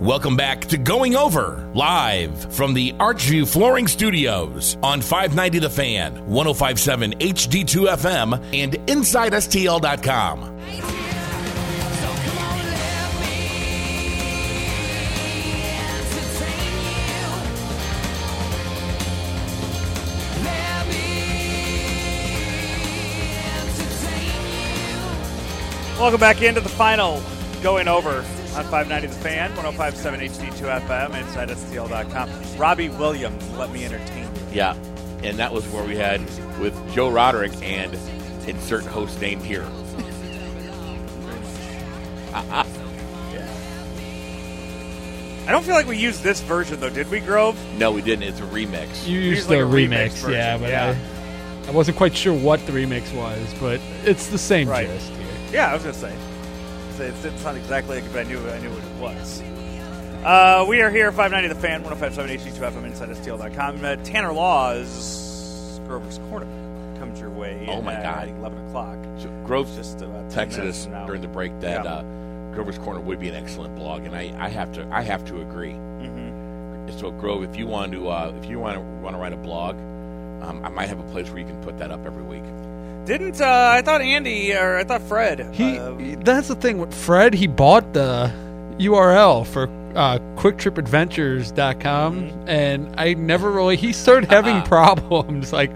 Welcome back to Going Over, live from the Archview Flooring Studios on 590 The Fan, 1057 HD2 FM, and InsideSTL.com. Welcome back into the final going over on 590 The Fan, 1057 HD2 FM, inside STL.com. Robbie Williams, let me entertain you. Yeah, and that was where we had with Joe Roderick and insert host name here. I don't feel like we used this version, though, did we, Grove? No, we didn't. It's a remix. You used like the a remix remix, version, yeah, but yeah. I, I wasn't quite sure what the remix was, but it's the same Right. gist here. Yeah, I was going to say. So It's, it's not exactly like it, but I knew, I knew what it was. Uh, we are here, 590 The Fan, 1057 HD2 FM, inside STL.com. Uh, Tanner Laws, Grover's Corner, comes your way Oh, my at God. 11 o'clock. So Groves just Just about 10 texted minutes us from now. during the break that Yeah. uh, Grover's Corner would be an excellent blog, and I, I have to I have to agree. Mm-hmm. So Grove, if you want to uh, if you want to want to write a blog, um, I might have a place where you can put that up every week. Didn't uh, I thought Andy or I thought Fred? He, uh, Um, that's the thing with Fred. He bought the URL for uh, QuickTripAdventures.com, Mm-hmm. and I never really. He started having Uh-huh. problems, like,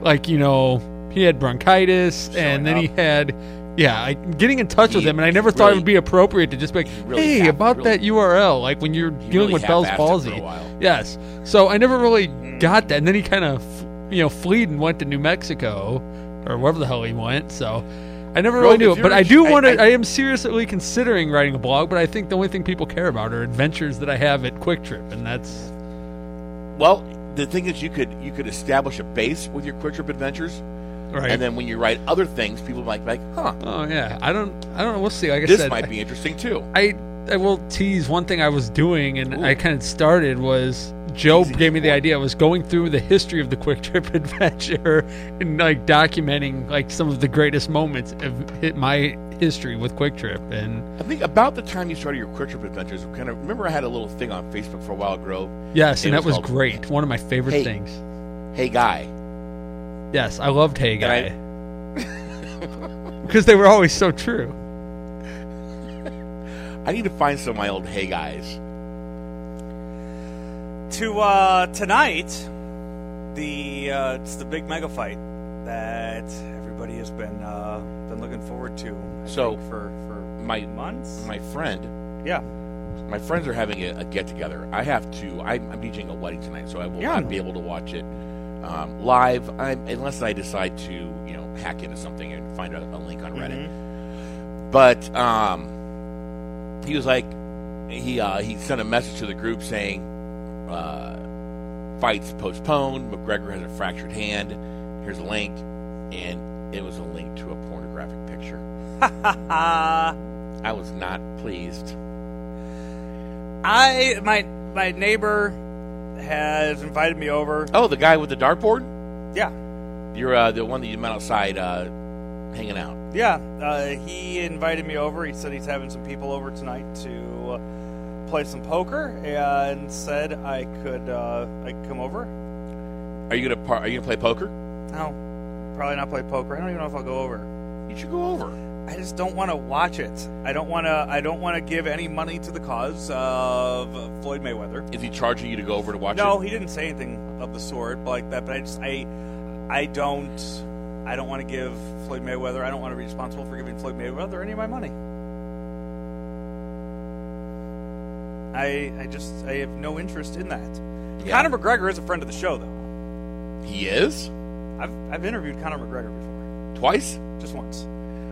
like you know, he had bronchitis, and then he had. Yeah, I, getting in touch with He- him, and I he never thought it really- would be appropriate to just be like, really "Hey, half- about really- that URL," like when you're dealing really with Bell's half-assed it for a palsy. while. Yes. So I never really got that. And then he kind of, you know, fleed and went to New Mexico or wherever the hell he went. So I never Grove, really knew if it. But you're- I do I- want to, I- I, am seriously considering writing a blog, but I think the only thing people care about are adventures that I have at Quick Trip. And that's, Well, the thing is, you could you could establish a base with your Quick Trip Adventures, right. and then when you write other things, people might be like, "Huh, oh, yeah. I don't, I don't know. We'll see. Like I this said, might be interesting too." I, I will tease one thing I was doing and Ooh. I kind of started was Joe Teasing gave me the sport. idea. I was going through the history of the Quick Trip Adventure and like documenting like some of the greatest moments of hit my history with Quick Trip. And I think about the time you started your Quick Trip Adventures, kind of remember I had a little thing on Facebook for a while, Grove. yes, It and that was called- was great. One of my favorite Hey. things. Hey, guy. Yes, I loved Hey I- Guy. because they were always so true. I need to find some of my old hey guys. to uh, tonight, the uh, it's the big mega fight that everybody has been uh, been looking forward to. I So, think, for for My months, my friend, yeah, my friends are having a, a get together. I have to. I'm, I'm DJing a wedding tonight, so I will Yeah, I not be able to watch it um, live I'm, unless I decide to, you know, hack into something and find a, a link on Reddit. But um, he was like, he uh, he sent a message to the group saying, uh, fights postponed. McGregor has a fractured hand. Here's a link, and it was a link to a pornographic picture. Mhm. I was not pleased. I my my neighbor has invited me over. Oh, the guy with the dartboard? Yeah, You're uh, the one that you met outside uh, hanging out. Yeah, uh, he invited me over. He said he's having some people over tonight to uh, play some poker, and said I could uh, I could come over. Are you gonna par- Are you gonna play poker? No, probably not play poker. I don't even know if I'll go over. You should go over. I just don't want to watch it. I don't want to. I don't want to give any money to the cause of Floyd Mayweather. Is he charging you to go over to watch No, it? he didn't say anything of the sort like that. But I just I I don't I don't want to give Floyd Mayweather. I don't want to be responsible for giving Floyd Mayweather any of my money. I I just I have no interest in that. Yeah. Conor McGregor is a friend of the show, though. He is I've I've interviewed Conor McGregor before, twice. just once.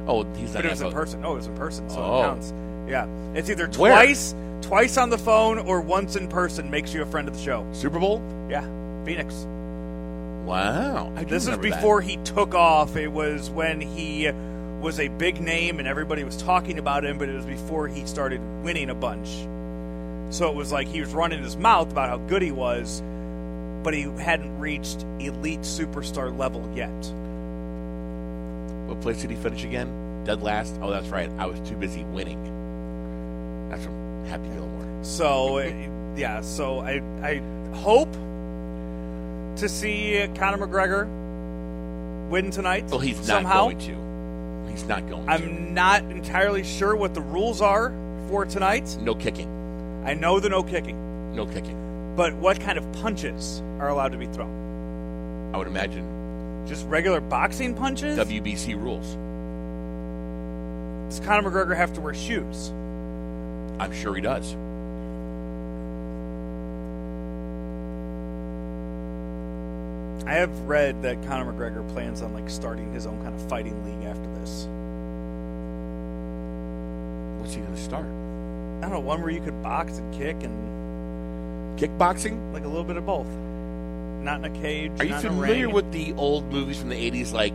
Oh, he's not. But it was that in po- person. Oh, it was in person, so Oh. it counts. Yeah, it's either Where? twice, twice on the phone, or once in person makes you a friend of the show. Super Bowl. Yeah, Phoenix. Wow. I do This is remember that. before he took off. It was when he was a big name and everybody was talking about him, but it was before he started winning a bunch. So it was like he was running his mouth about how good he was, but he hadn't reached elite superstar level yet. What place did he finish again? Dead last. Oh, that's right. I was too busy winning. That's from Happy Gilmore. So eh, yeah, so I I hope to see Conor McGregor win tonight. Well, he's not somehow. going to. He's not going to. I'm not entirely sure what the rules are for tonight. No kicking. I know the no kicking, No kicking. but what kind of punches are allowed to be thrown? I would imagine Just regular boxing punches? WBC rules. Does Conor McGregor have to wear shoes? I'm sure he does. I have read that Conor McGregor plans on like starting his own kind of fighting league after this. What's he going to start? I don't know, one where you could box and kick and Kickboxing? like a little bit of both. Not in a cage. Are you not in a familiar ring. with the old movies from the 80s like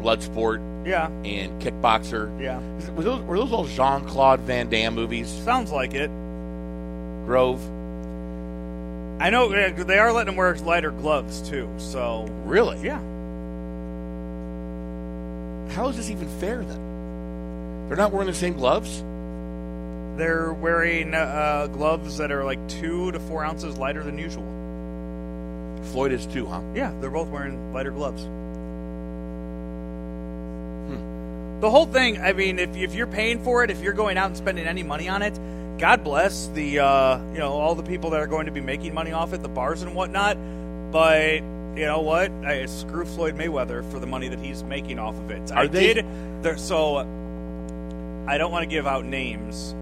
Bloodsport Yeah, and Kickboxer? yeah. Is- Were those, were those all Jean Claude Van Damme movies? Sounds like it. Grove? I know eh, they are letting him wear lighter gloves too. So Really? yeah, How is this even fair then? They're not wearing the same gloves? they're wearing uh, gloves that are like two to four ounces lighter than usual. Floyd is too, huh? Yeah, they're both wearing lighter gloves. Hmm. The whole thing, I mean, if, if you're paying for it, if you're going out and spending any money on it, God bless the uh, you know all the people that are going to be making money off it, the bars and whatnot. But you know what? I screw Floyd Mayweather for the money that he's making off of it. I Are they- did there so I don't want to give out names,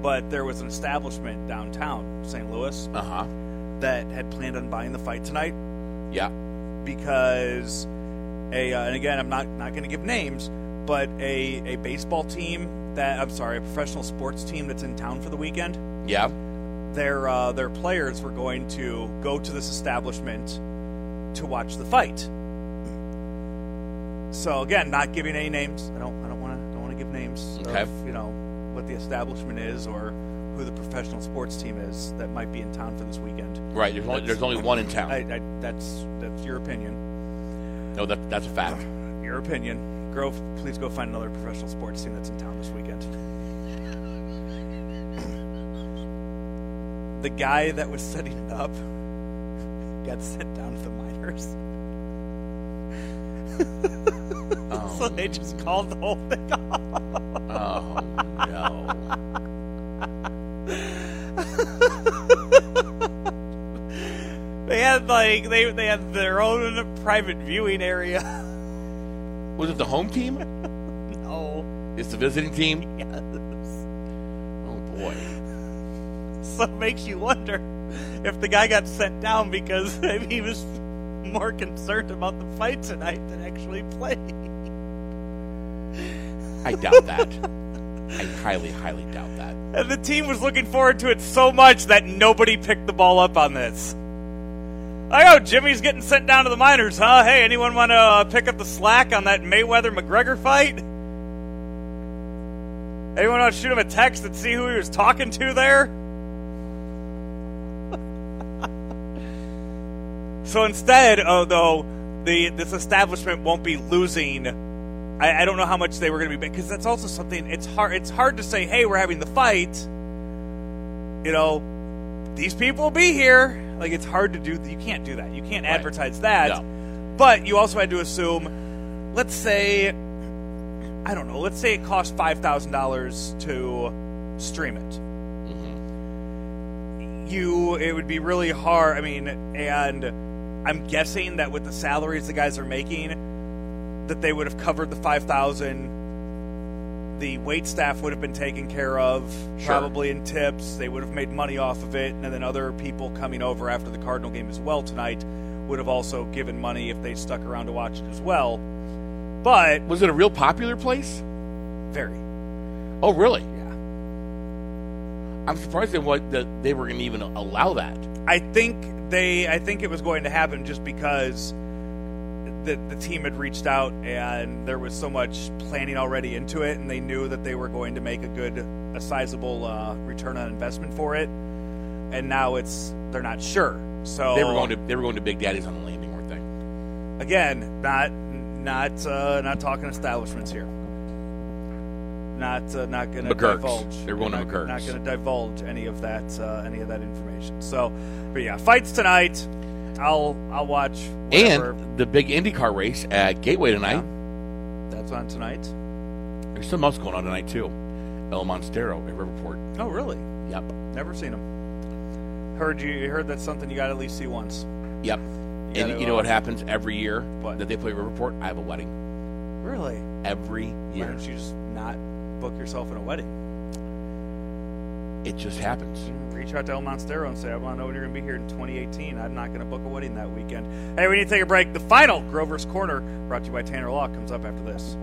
but there was an establishment downtown St. Louis Uh huh. that had planned on buying the fight tonight Yeah. because a uh, and again I'm not not going to give names, but a a baseball team that I'm sorry, a professional sports team that's in town for the weekend. Yeah. Their uh, their players were going to go to this establishment to watch the fight. So again, not giving any names. I don't I don't want to don't want to give names Okay. of you know what the establishment is or who the professional sports team is that might be in town for this weekend. Right. There's only, there's only one in town. I, I, that's that's your opinion. no, that, that's a fact. Your opinion. Grove, please go find another professional sports team that's in town this weekend. the guy that was setting it up got sent down to the minors. So Oh, they just called the whole thing off. oh, no. They had like they they had their own private viewing area. Was it the home team? oh. It's the visiting team? Yes. Oh, boy. So it makes you wonder if the guy got sent down because he was more concerned about the fight tonight than actually playing. I doubt that. I highly, highly doubt that. And the team was looking forward to it so much that nobody picked the ball up on this. Like, oh, Jimmy's getting sent down to the minors, huh? Hey, anyone want to uh, pick up the slack on that Mayweather McGregor fight? Anyone want to shoot him a text and see who he was talking to there? so instead, uh, though, the this establishment won't be losing I, I don't know how much they were going to be because that's also something. It's hard. It's hard to say, hey, we're having the fight. You know, these people will be here. Like it's hard to do. You can't do that. You can't Right. advertise that. No. But you also had to assume. Let's say, I don't know. Let's say it cost five thousand dollars to stream it. You, it would be really hard. I mean, and I'm guessing that with the salaries the guys are making, that they would have covered the 5000 the wait staff would have been taken care of Sure. probably in tips they would have made money off of it and then other people coming over after the cardinal game as well tonight would have also given money if they stuck around to watch it as well but Was it a real popular place? very Oh, really? yeah I'm surprised they, what, that they were going to even allow that. I think they I think it was going to happen just because the the team had reached out and there was so much planning already into it and they knew that they were going to make a good a sizable uh, return on investment for it and now it's they're not sure so They were going to they were going to Big Daddy's on the landing, weren't they? again not not uh, not talking establishments here not uh, not going to McGurk's. divulge. They're going to not, Not McGurk's. going to divulge any of that uh, any of that information. So, but yeah, fights tonight. I'll I'll watch. Whatever. And the big IndyCar race at Gateway tonight. that's on tonight. There's something else going on tonight too. El Monstero at Riverport. Oh, really? Yep. Never seen him. Heard you heard that's something you got to at least see once. Yep. gotta, and you know uh, what happens every year What? that they play Riverport? I have a wedding Really? every Why year. don't you just not book yourself in a wedding? It just happens. Reach out to El Monstero and say, I want to know when you're going to be here in 2018. I'm not going to book a wedding that weekend. Hey, we need to take a break. The final Grover's Corner, brought to you by Tanner Law, comes up after this.